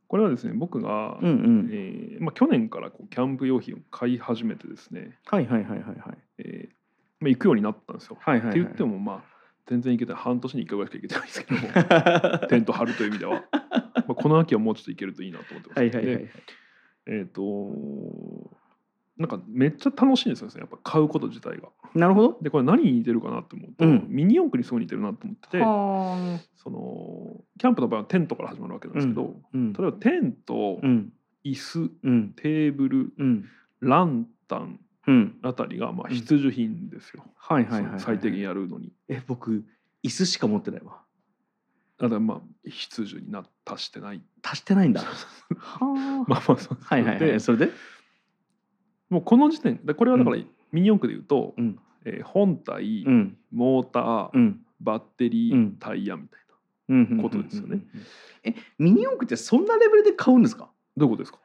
Speaker 2: これはですね僕が、
Speaker 1: た。うんうん。
Speaker 2: えーまあ、去年からこうキャンプ用品を買い始めてですね、
Speaker 1: はいはいはいはいはい。
Speaker 2: えーまあ、行くようになったんですよ。
Speaker 1: はいはいはい
Speaker 2: って言ってもまあ全然行けて半年に1回ぐらいしか行けてないんですけど
Speaker 1: [LAUGHS]
Speaker 2: テント張るという意味では、まあ、この秋はもうちょっと行けるといいなと思ってます。
Speaker 1: はいはいはい
Speaker 2: で。えっ、となんかめっちゃ楽しいんですよねやっぱ買うこと自体が。
Speaker 1: なるほど。
Speaker 2: でこれ何に似てるかなと思うと、
Speaker 1: うん
Speaker 2: ミニ四駆にすごい似てるなと思ってて
Speaker 1: は
Speaker 2: そのキャンプの場合はテントから始まるわけなんですけど、
Speaker 1: あ。うん。
Speaker 2: 例えばテント、
Speaker 1: うん
Speaker 2: 椅子
Speaker 1: うん
Speaker 2: テーブル
Speaker 1: うん
Speaker 2: ランタン
Speaker 1: うん。
Speaker 2: あたりがまあ
Speaker 1: うん
Speaker 2: 必需品ですよ、
Speaker 1: はいはいはいはい。
Speaker 2: 最低限。やるのに
Speaker 1: え僕椅子しか持ってないわ。
Speaker 2: あだからまあ必需にな達してない
Speaker 1: 足してないんだ。
Speaker 2: そう
Speaker 1: はあ。
Speaker 2: [LAUGHS] まあまあそう
Speaker 1: はいはいはい。
Speaker 2: で
Speaker 1: それで。
Speaker 2: もうこの時点でこれはだからミニ四駆で言うと、
Speaker 1: うん
Speaker 2: えー本体、
Speaker 1: うん
Speaker 2: モーター、
Speaker 1: うん。
Speaker 2: バッテリー、
Speaker 1: うん
Speaker 2: タイヤみたいことですよね。
Speaker 1: えミニ四駆ってそんなレベルで買うんですか
Speaker 2: どういうことですか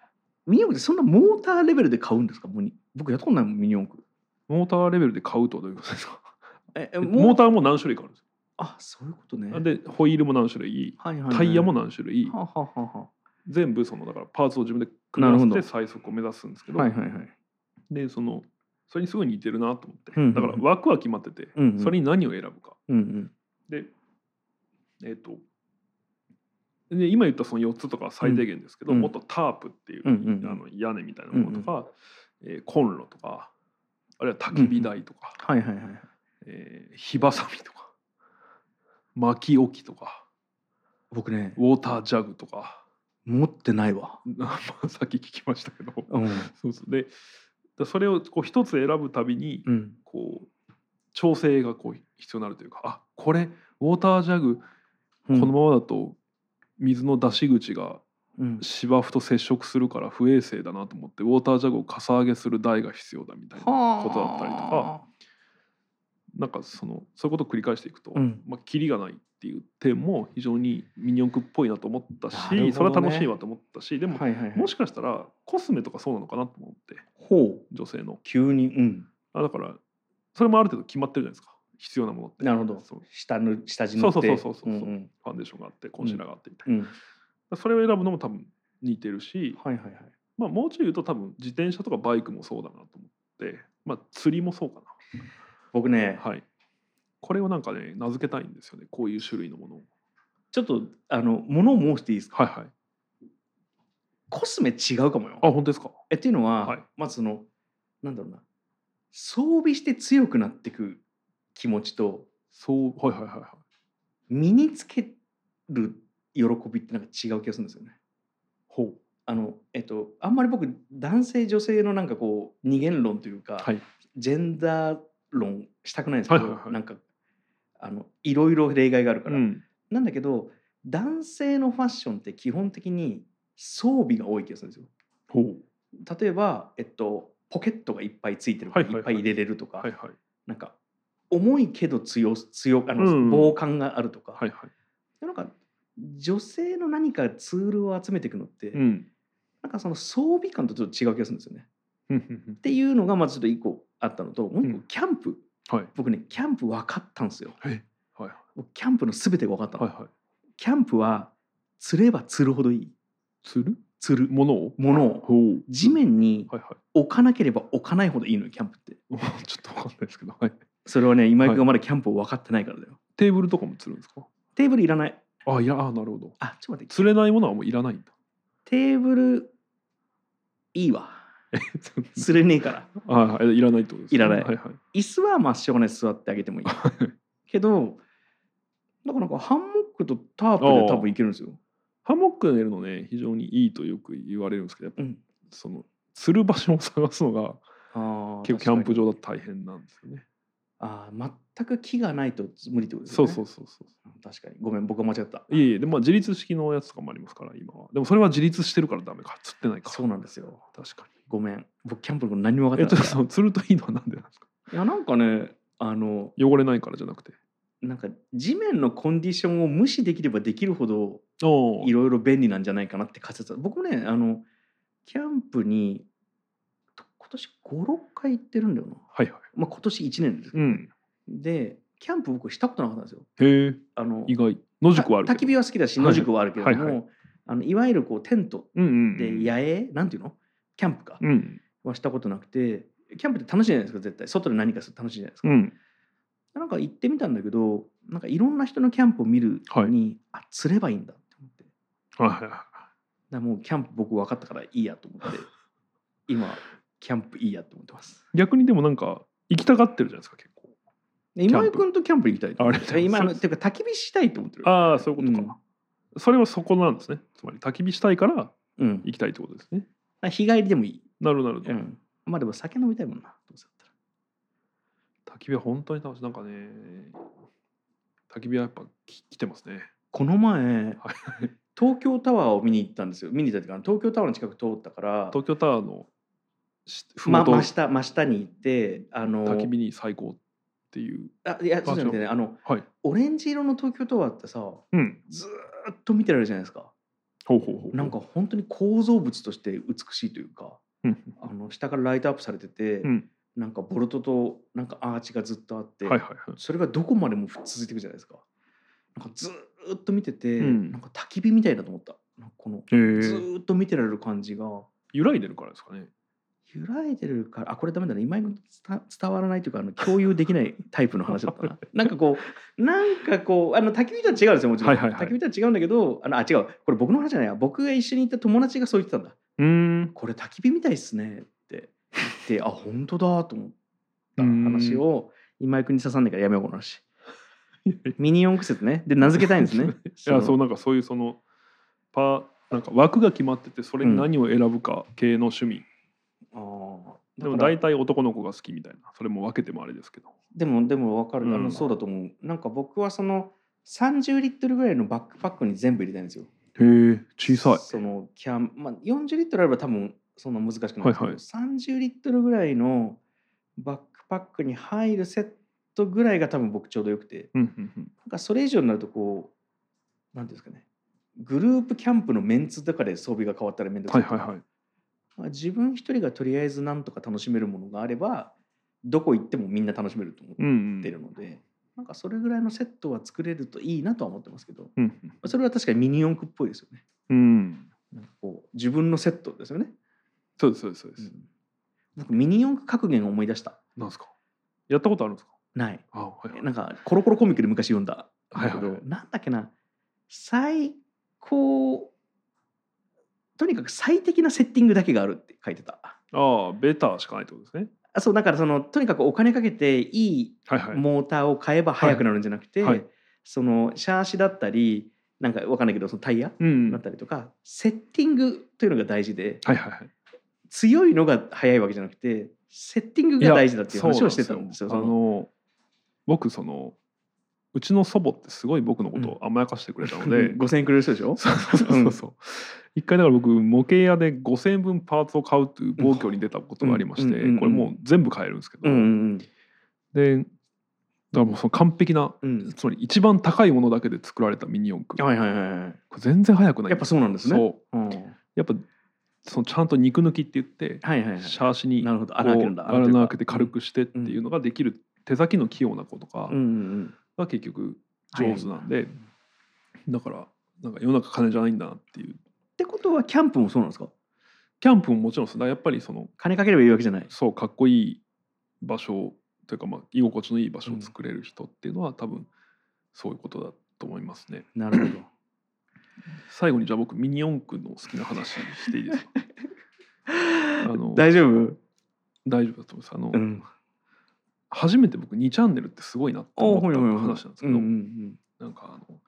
Speaker 1: ミニ四駆ってそんなモーターレベルで買うんですか僕に僕やったことないもんミニ四駆
Speaker 2: モーターレベルで買うとはどういうことですか
Speaker 1: ええ
Speaker 2: [LAUGHS] モー
Speaker 1: ー
Speaker 2: ターも何種類かあるんです
Speaker 1: あそういうことね
Speaker 2: よ。でホイールも何種類
Speaker 1: はいはいはい
Speaker 2: タイヤも何種類
Speaker 1: はははは
Speaker 2: 全部そのだからパーツを自分で組み合
Speaker 1: な
Speaker 2: わ
Speaker 1: る
Speaker 2: せ
Speaker 1: ほ
Speaker 2: て最速を目指すんですけど、
Speaker 1: はいはいはい
Speaker 2: でそのそれにすごい似てるなと思って、
Speaker 1: うんうんうん
Speaker 2: だから枠は決まってて、
Speaker 1: うんうん
Speaker 2: それに何を選ぶか
Speaker 1: うんうん
Speaker 2: でえっ、とで今言ったその4つとかは最低限ですけど、
Speaker 1: うん
Speaker 2: もっとタープっていう、
Speaker 1: うんうんうん
Speaker 2: あの屋根みたいなものとか、えーコンロとかあるいは焚き火台とか、
Speaker 1: はいはいはいはい
Speaker 2: えー火ばさみとか薪置きとか
Speaker 1: 僕ね
Speaker 2: ウォータージャグとか [LAUGHS]
Speaker 1: 持ってないわ
Speaker 2: まあさっき聞きましたけど
Speaker 1: うん
Speaker 2: そうそうでだそれをこう一つ選ぶたびに
Speaker 1: うん
Speaker 2: こう調整がこう必要になるというかあこれウォータージャグ
Speaker 1: こ
Speaker 2: このままだと水の出し口が
Speaker 1: うん
Speaker 2: 芝生と接触するから不衛生だなと思ってウォータージャグをかさ上げする台が必要だみたいなことだったりとかなんかそのそういうことを繰り返していくと、
Speaker 1: うん
Speaker 2: まあ、キリがないっていう点も非常にミニ四駆っぽいなと思ったし
Speaker 1: なる、ほどね
Speaker 2: それは楽しいわと思ったしでも、
Speaker 1: はいはいはい
Speaker 2: もしかしたらコスメとかそうなのかなと思って
Speaker 1: ほう
Speaker 2: 女性の
Speaker 1: 急にうん
Speaker 2: あだからそれもある程度決まってるじゃないですか必要なものって
Speaker 1: なるほど
Speaker 2: そう
Speaker 1: 下の下地のって
Speaker 2: そうそうそうそうそうん
Speaker 1: うん
Speaker 2: ファンデーションがあってコンシーラーがあってみたいな
Speaker 1: うん
Speaker 2: それを選ぶのも多分似てるし、
Speaker 1: はいはいはい
Speaker 2: まあ、もうちょい言うと多分自転車とかバイクもそうだなと思って、まあ、釣りもそうか
Speaker 1: 僕
Speaker 2: な、
Speaker 1: ね
Speaker 2: はい、これをなんかね名付けたいんですよねこういう種類のものを
Speaker 1: ちょっとあの物を申していいですか
Speaker 2: はいはい
Speaker 1: コスメ違うかもよ
Speaker 2: あ本当ですか
Speaker 1: えっていうのは、
Speaker 2: はい
Speaker 1: まずそのなんだろうな装備して強くなってく気持ちと
Speaker 2: そうはいはいはいはい
Speaker 1: 身につける喜びってなんか違う気がするんですよね。
Speaker 2: ほう
Speaker 1: あのえっとあんまり僕男性女性のなんかこう二元論というか、
Speaker 2: はい
Speaker 1: ジェンダー論したくないんですけど、
Speaker 2: はいはいはい
Speaker 1: なんかあのいろいろ例外があるから、
Speaker 2: うん
Speaker 1: なんだけど男性のファッションって基本的に装備が多い気がするんですよ。
Speaker 2: ほう
Speaker 1: 例えば、えっと、ポケットがいっぱいついてるから
Speaker 2: はいはいい
Speaker 1: っ
Speaker 2: はい
Speaker 1: ぱい入れれるとか、
Speaker 2: はいはい
Speaker 1: なんか重いけど強強あの、
Speaker 2: うんうん
Speaker 1: 防寒があるとか、
Speaker 2: はいはい
Speaker 1: でなんか女性の何かツールを集めていくのって、
Speaker 2: うん
Speaker 1: なんかその装備感とちょっと違う気がするんですよね。
Speaker 2: ふんふんふん
Speaker 1: っていうのがまずちょっと一個あったのともう一個
Speaker 2: うん
Speaker 1: キャンプ、
Speaker 2: はい
Speaker 1: 僕ねキャンプ分かったんですよ。
Speaker 2: はいはい
Speaker 1: 僕キャンプの全てが分かったの、
Speaker 2: はいはい
Speaker 1: キャンプは釣れば釣るほどいい
Speaker 2: 釣る
Speaker 1: 釣る
Speaker 2: ものを
Speaker 1: ものを
Speaker 2: ほう
Speaker 1: 地面に
Speaker 2: はいは
Speaker 1: 置かなければ置かないほどいいのよキャンプって。
Speaker 2: い [LAUGHS] ちょっとわかんないですけど、はい、
Speaker 1: それはね今井君
Speaker 2: は
Speaker 1: がまだキャンプを分かってないからだよ。
Speaker 2: テーブルとかも釣るんですか
Speaker 1: テーブルいらない。
Speaker 2: あいやあなるほど
Speaker 1: あちょっと待って
Speaker 2: 釣れないものはもういらないんだ
Speaker 1: テーブルいいわ。釣れねえから。
Speaker 2: [LAUGHS] ああいらないってことですね
Speaker 1: いらない
Speaker 2: はいはい
Speaker 1: 椅子はまあしょうがない座ってあげてもいい。けどだからなんかハンモックとタープで多分いけるんですよ。
Speaker 2: ハンモック寝るのね非常にいいとよく言われるんですけどやっぱ
Speaker 1: うん、
Speaker 2: その釣る場所を探すのが
Speaker 1: あ
Speaker 2: 結構キャンプ
Speaker 1: 場
Speaker 2: 場だと大変なんですよね。
Speaker 1: あー全く木がないと無理ってことです
Speaker 2: そ
Speaker 1: よ
Speaker 2: う
Speaker 1: ね。
Speaker 2: そううそう
Speaker 1: そ
Speaker 2: そう。
Speaker 1: う確かにごめん僕は間違った。
Speaker 2: いえいえでもまあ自立式のやつとかもありますから今は。でもそれは自立してるからダメか釣ってないか。
Speaker 1: そうなんですよ。
Speaker 2: 確かに。
Speaker 1: ごめん僕キャンプのこと何も分
Speaker 2: え
Speaker 1: か
Speaker 2: っ
Speaker 1: って
Speaker 2: と
Speaker 1: ないから。
Speaker 2: その釣るといいのはなんでなんですか。
Speaker 1: いやなんかねあの
Speaker 2: 汚れないからじゃなくて。
Speaker 1: なんか地面のコンディションを無視できればできるほど
Speaker 2: お
Speaker 1: いろいろ便利なんじゃないかなって仮説僕もねあのキャンプにと今年56回行ってるんだよな、
Speaker 2: はいはい。
Speaker 1: まあ、今年1年です、
Speaker 2: うん。
Speaker 1: でキャンプ僕したことなかったんですよ
Speaker 2: へえ
Speaker 1: あの
Speaker 2: 意外。野
Speaker 1: た
Speaker 2: 宿はあるけど。
Speaker 1: 焚き火は好きだし
Speaker 2: はいは
Speaker 1: 野
Speaker 2: い
Speaker 1: 宿はあるけれども、
Speaker 2: はい
Speaker 1: い
Speaker 2: は
Speaker 1: あのいわゆるこうテント
Speaker 2: うんうんう
Speaker 1: で
Speaker 2: ん。
Speaker 1: 野営、なんていうのキャンプか、
Speaker 2: うん
Speaker 1: はしたことなくてキャンプって楽しいじゃないですか絶対外で何かすると楽しいじゃないですか、
Speaker 2: うん。
Speaker 1: なんか行ってみたんだけどなんかいろんな人のキャンプを見る
Speaker 2: はい
Speaker 1: に、あ釣ればいいんだって思ってだか
Speaker 2: はいはいは
Speaker 1: らもうキャンプ僕分かったからいいやと思
Speaker 2: [LAUGHS]
Speaker 1: って今キャンプいいやと思ってます
Speaker 2: い。逆にでもなんか行きたがってるじゃないですか結構。
Speaker 1: で
Speaker 2: キ
Speaker 1: 今
Speaker 2: ャンプ
Speaker 1: 井君とキャンプ行きたいと思って
Speaker 2: あありがとうござい
Speaker 1: 今
Speaker 2: ます
Speaker 1: あのっていうか焚き火したいと思ってる
Speaker 2: ああそういうことか。それはそこなんですね。つまり焚き火したいから
Speaker 1: うん、うん、だか
Speaker 2: 行きたいってことですね。
Speaker 1: ら日帰りでもいい、
Speaker 2: なるほどなるほど。
Speaker 1: うん、まあでも酒飲みたいもんなどうせだったら
Speaker 2: 焚き火は本当に楽しい。なんかね、焚き火はやっぱき来てますね。
Speaker 1: この前
Speaker 2: はい
Speaker 1: 東京タワーを見に行ったんですよ見に行ったっていうか東京タワーの近く通ったから
Speaker 2: 東京タワーのしふも
Speaker 1: ま、
Speaker 2: と
Speaker 1: 真下真下に行ってあの
Speaker 2: 焚き火に最高。っていう。
Speaker 1: あいやそうじゃなくてねあの
Speaker 2: はい。
Speaker 1: オレンジ色の東京タワーってさ
Speaker 2: うん。
Speaker 1: ずーっと見てられるじゃないですか
Speaker 2: ほうほうほう。
Speaker 1: なんか本当に構造物として美しいというか
Speaker 2: うん。
Speaker 1: あの下からライトアップされてて、
Speaker 2: うん
Speaker 1: なんかボルトとなんかアーチがずっとあって、
Speaker 2: はいはいはい。
Speaker 1: それがどこまでも続いていくじゃないですかなんかずーっと見てて、
Speaker 2: うん
Speaker 1: なんか焚き火みたいだと思ったなんかこの
Speaker 2: え
Speaker 1: ず
Speaker 2: ー、
Speaker 1: ーっと見てられる感じが
Speaker 2: 揺らいでるからですかね。
Speaker 1: 揺らいでるからあこれダメだね今の伝伝わらないというかあの共有できないタイプの話だった
Speaker 2: [LAUGHS]
Speaker 1: ななんかこうなんかこうあの焚き火とは違うんですよもちろん、
Speaker 2: はいはいは
Speaker 1: 焚
Speaker 2: い
Speaker 1: き火とは違うんだけどあのあ違うこれ僕の話じゃないわ僕が一緒に行った友達がそう言ってたんだ
Speaker 2: うーん。
Speaker 1: これ焚き火みたいっすねって言ってあ本当だと思った
Speaker 2: うん
Speaker 1: 話を今井君に刺さんないからやめようこの
Speaker 2: [LAUGHS]
Speaker 1: 話ミニ四駆説ねで名付けたいんですね
Speaker 2: いや、そ
Speaker 1: の
Speaker 2: うなんかそういうそのパなんか枠が決まっててそれに何を選ぶか系の趣味、
Speaker 1: あー
Speaker 2: でも
Speaker 1: だから
Speaker 2: 大体男の子が好きみたいなそれも分けてもあれですけど
Speaker 1: でもでも分かる、あ
Speaker 2: う
Speaker 1: の
Speaker 2: ん
Speaker 1: そうだと思うなんか僕はその30リットルぐらいのバックパックに全部入れたいんですよ
Speaker 2: へえ小さい
Speaker 1: そのキャン、まあ、40リットルあれば多分そんな難しくないんですけど、
Speaker 2: はいはい
Speaker 1: 30リットルぐらいのバックパックに入るセットぐらいが多分僕ちょうどよくて
Speaker 2: うんうんうん
Speaker 1: なんかそれ以上になるとこうなんていうんですかねグループキャンプのメンツとかで装備が変わったら面倒
Speaker 2: は
Speaker 1: く
Speaker 2: い
Speaker 1: さい、
Speaker 2: はいはい
Speaker 1: まあ自分一人がとりあえずなんとか楽しめるものがあればどこ行ってもみんな楽しめると思っ
Speaker 2: うんうん
Speaker 1: てるので、なんかそれぐらいのセットは作れるといいなとは思ってますけど
Speaker 2: うん
Speaker 1: それは確かにミニ四駆っぽいですよね
Speaker 2: うんうん
Speaker 1: なんかこう自分のセットですよね、
Speaker 2: そうですそうですそうです、
Speaker 1: なんかミニ四駆格言を思い出した
Speaker 2: なんですかやったことあるんですか
Speaker 1: ない
Speaker 2: あはいはい
Speaker 1: なんかコロコロコミックで昔読んだ
Speaker 2: はいはい
Speaker 1: だけどなんだっけな最高とにかく最適なセッティングだけがあるって書いてた
Speaker 2: ああベターしかないってことですね
Speaker 1: あそうだからそのとにかくお金かけていい
Speaker 2: はいはい
Speaker 1: モーターを買えば速くなるんじゃなくて、
Speaker 2: はいはい
Speaker 1: そのシャーシだったりなんかわかんないけどそのタイヤ
Speaker 2: うん
Speaker 1: だ
Speaker 2: は
Speaker 1: っ
Speaker 2: い
Speaker 1: たりとか、セッティングというのが大事で
Speaker 2: はいはい
Speaker 1: 強いのが速いわけじゃなくてセッティングが大事だっていう話をしてたんですよ。
Speaker 2: そうな
Speaker 1: その
Speaker 2: んあの僕そのうちの祖母ってすごい僕のことを甘やかしてくれたので、
Speaker 1: [LAUGHS] 5000円くれる人でしょ
Speaker 2: そうそうそうそう、一回だから僕模型屋で5,000円分パーツを買うという暴挙に出たことがありまし
Speaker 1: う
Speaker 2: て、
Speaker 1: んうんうんうん
Speaker 2: これもう全部買えるんですけど、
Speaker 1: うんうん
Speaker 2: でだからもうその完璧な
Speaker 1: うんうん
Speaker 2: つまり一番高いものだけで作られたミニ四駆、
Speaker 1: はいはいはいはい
Speaker 2: これ全然速くない
Speaker 1: やっぱそうなんですね。
Speaker 2: そう
Speaker 1: うんは
Speaker 2: やっぱそのちゃんと肉抜きって言って、
Speaker 1: いはいはい。
Speaker 2: シャーシに
Speaker 1: なるほ
Speaker 2: こ
Speaker 1: ど
Speaker 2: う
Speaker 1: 穴開けるんだ。
Speaker 2: 穴
Speaker 1: という
Speaker 2: の
Speaker 1: か
Speaker 2: 開けて軽くしてっていうのができる手先の器用な子とか
Speaker 1: うんうん
Speaker 2: が結局
Speaker 1: うん。
Speaker 2: 上手なんで、だからなんか世の中金じゃないんだなってい
Speaker 1: っ
Speaker 2: う
Speaker 1: てことはキャンプもそうなんですか
Speaker 2: キャンプももちろんですだからやっぱりその
Speaker 1: 金かければいいわけじゃない。
Speaker 2: そうかっこいい場所というかまあ居心地のいい場所を作れる人っていうのは多分そういうことだと思いますね。
Speaker 1: なるほど。
Speaker 2: 最後にじゃあ僕ミニ四駆の好きな話していい
Speaker 1: [LAUGHS]
Speaker 2: ですかの
Speaker 1: 大丈夫
Speaker 2: 大丈夫だと思います。あの、
Speaker 1: うん。
Speaker 2: 初めて僕2チャンネルってすごいなって思った話なんですけ
Speaker 1: うん
Speaker 2: ど、
Speaker 1: うん
Speaker 2: なんかあの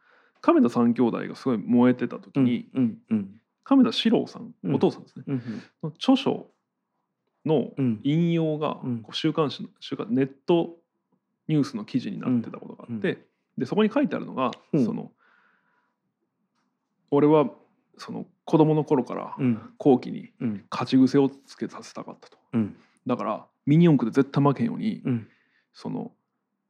Speaker 2: 亀田三兄弟がすごい燃えてた時
Speaker 1: うん。
Speaker 2: に、
Speaker 1: うんうん
Speaker 2: 亀田史郎さん、
Speaker 1: うん
Speaker 2: お父さんですね
Speaker 1: うん
Speaker 2: の著書の
Speaker 1: うん
Speaker 2: 引用が
Speaker 1: うん
Speaker 2: こう週刊誌の週刊ネットニュースの記事になってたことがあって、
Speaker 1: う
Speaker 2: でそこに書いてあるのが、
Speaker 1: うん
Speaker 2: その俺はその子供の頃から
Speaker 1: うん
Speaker 2: 後期に
Speaker 1: うん
Speaker 2: 勝ち癖をつけさせたかったと
Speaker 1: うん
Speaker 2: だからミニ四駆で絶対負けんように、
Speaker 1: うん
Speaker 2: その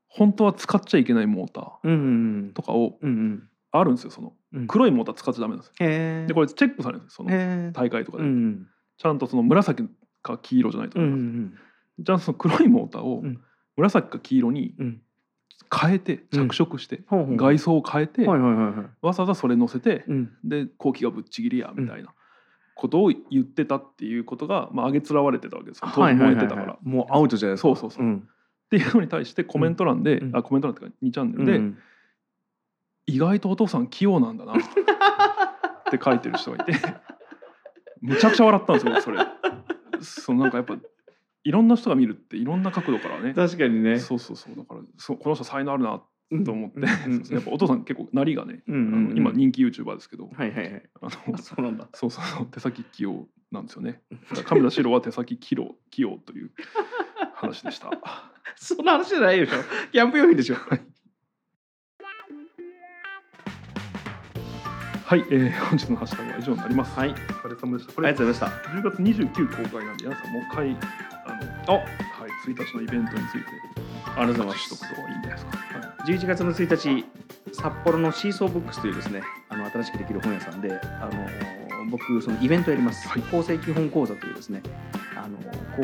Speaker 2: 本当は使っちゃいけないモーター
Speaker 1: うんうん
Speaker 2: とかを
Speaker 1: うん
Speaker 2: あるんですよその
Speaker 1: うん。
Speaker 2: 黒いモーター使っちゃダメなんですよ。
Speaker 1: へえ。
Speaker 2: でこれチェックされるんですよその
Speaker 1: へえ。
Speaker 2: 大会とか
Speaker 1: う
Speaker 2: で、
Speaker 1: んうん
Speaker 2: ちゃんとその紫か黄色じゃないと
Speaker 1: う
Speaker 2: ダ
Speaker 1: ん
Speaker 2: メなんですよじゃあその黒いモーターを
Speaker 1: うん
Speaker 2: 紫か黄色に
Speaker 1: うんうん。
Speaker 2: 変えて
Speaker 1: うん
Speaker 2: 着色して
Speaker 1: ほうほう
Speaker 2: 外装を変えて
Speaker 1: はい
Speaker 2: わ
Speaker 1: はいはいはい。
Speaker 2: ざわざそれ乗せて
Speaker 1: うん
Speaker 2: で後期がぶっちぎりやみたいなことを言ってたっていうことがまあ上げつらわれてたわけですよ当
Speaker 1: はい
Speaker 2: 時
Speaker 1: はい
Speaker 2: 燃え
Speaker 1: はい
Speaker 2: て
Speaker 1: は
Speaker 2: た
Speaker 1: い
Speaker 2: から。っ
Speaker 1: もうアウトじゃないですか。
Speaker 2: そうそうそうんていうのに対してコメント欄で
Speaker 1: うん
Speaker 2: あコメント欄っていうか2チャンネル
Speaker 1: う
Speaker 2: で
Speaker 1: ん
Speaker 2: 「意外とお父さん器用なんだな」って書いてる人がいてむちゃくちゃ笑ったんですよ僕それ。そのなんかやっぱいろんな人が見るっていろんな角度からね
Speaker 1: 確かにね。
Speaker 2: そうそうそうだからそうこの人才能あるなと思って、
Speaker 1: うんうん
Speaker 2: やっぱお父さん結構なりがね、
Speaker 1: うん
Speaker 2: あ
Speaker 1: うんう
Speaker 2: の
Speaker 1: ん
Speaker 2: 今人気 YouTuber ですけど、
Speaker 1: はいはいはい。
Speaker 2: あの
Speaker 1: あそうなんだ。
Speaker 2: そうそうそう手先器用なんですよねだから亀田史郎は手先器用器用という話でした。
Speaker 1: [LAUGHS] そんな話じゃないでしょ。キャンプ用品でしょ。
Speaker 2: はい、えー、本日のハッシュタグは以上になります。はい、お疲れ様でした。こ
Speaker 1: あり
Speaker 2: れ
Speaker 1: がとうございまし
Speaker 2: 10月29公開なんで皆さんもう一回あの、はい、1日のイベントについて
Speaker 1: ありがとうございま
Speaker 2: しと
Speaker 1: す
Speaker 2: くといいんじゃないですか。はい
Speaker 1: 11月の1日札幌のシーソーブックスというですねあの新しくできる本屋さんであの僕そのイベントやります、
Speaker 2: はい
Speaker 1: 構成基本講座というですねあの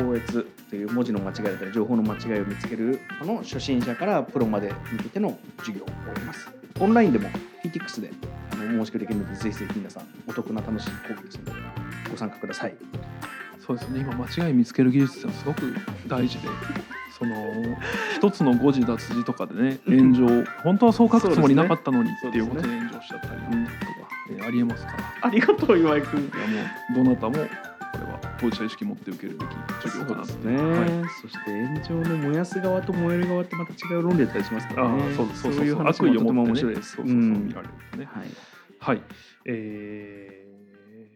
Speaker 1: 校閲という文字の間違いだったり情報の間違いを見つけるあの初心者からプロまで向けての授業をやりますオンラインでも PTX であの申し込みできるのでぜひぜひ皆さんお得な楽しい講義ですのでご参加ください
Speaker 2: そうですよね今間違い見つける技術ってのはすごく大事で [LAUGHS] その一つの誤字脱字とかでね炎上本当はそう書くつもりなかったのにっていうことで炎上しちゃったりとか、えーありえますから
Speaker 1: ありがとう岩井君
Speaker 2: いやもうどなたもこれは当事者意識持って受けるべき授業かなと
Speaker 1: そうですね、
Speaker 2: はい
Speaker 1: そして炎上の燃やす側と燃える側ってまた違う論理だったりしますか
Speaker 2: あ
Speaker 1: らね
Speaker 2: ーそうそう
Speaker 1: そ
Speaker 2: そうう
Speaker 1: い
Speaker 2: そうう
Speaker 1: 話
Speaker 2: 悪
Speaker 1: も
Speaker 2: 意を
Speaker 1: とても
Speaker 2: 持っ
Speaker 1: 面
Speaker 2: て
Speaker 1: 白い
Speaker 2: ね
Speaker 1: です
Speaker 2: そうそうそう
Speaker 1: うん
Speaker 2: 見られるね
Speaker 1: はい、
Speaker 2: はいえ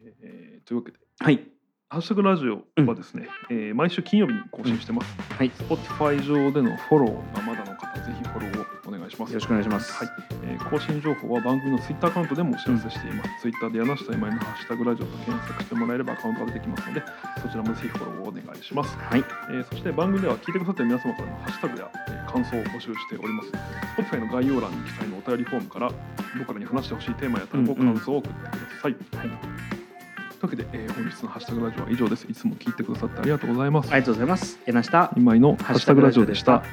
Speaker 2: ーえーというわけで
Speaker 1: はい、
Speaker 2: 「ハッシュタグラジオ」はですね、えー毎週金曜日に更新してます、
Speaker 1: はい、よ
Speaker 2: Spotify 上でのフォローがまだの方、ぜひフォローをお願いします。
Speaker 1: ろしくお願いします、
Speaker 2: はいえー更新情報は番組の Twitter アカウントでもお知らせしています。Twitter で柳下今井のハッシュタグラジオと検索してもらえればアカウントが出てきますので、そちらもぜひフォローをお願いします。
Speaker 1: はい、
Speaker 2: えーそして番組では聞いてくださっている皆様からのハッシュタグや、えー感想を募集しております。Spotify の概要欄に記載のお便りフォームから、僕らに話してほしいテーマや単語、
Speaker 1: うんうん
Speaker 2: 感想を送ってください。
Speaker 1: はい
Speaker 2: というわけで、えー本日のハッシュタグラジオは以上です。いつも聞いてくださってありがとうございます。
Speaker 1: ありがとうございます柳下
Speaker 2: 今井のハッシュタグラジオでした。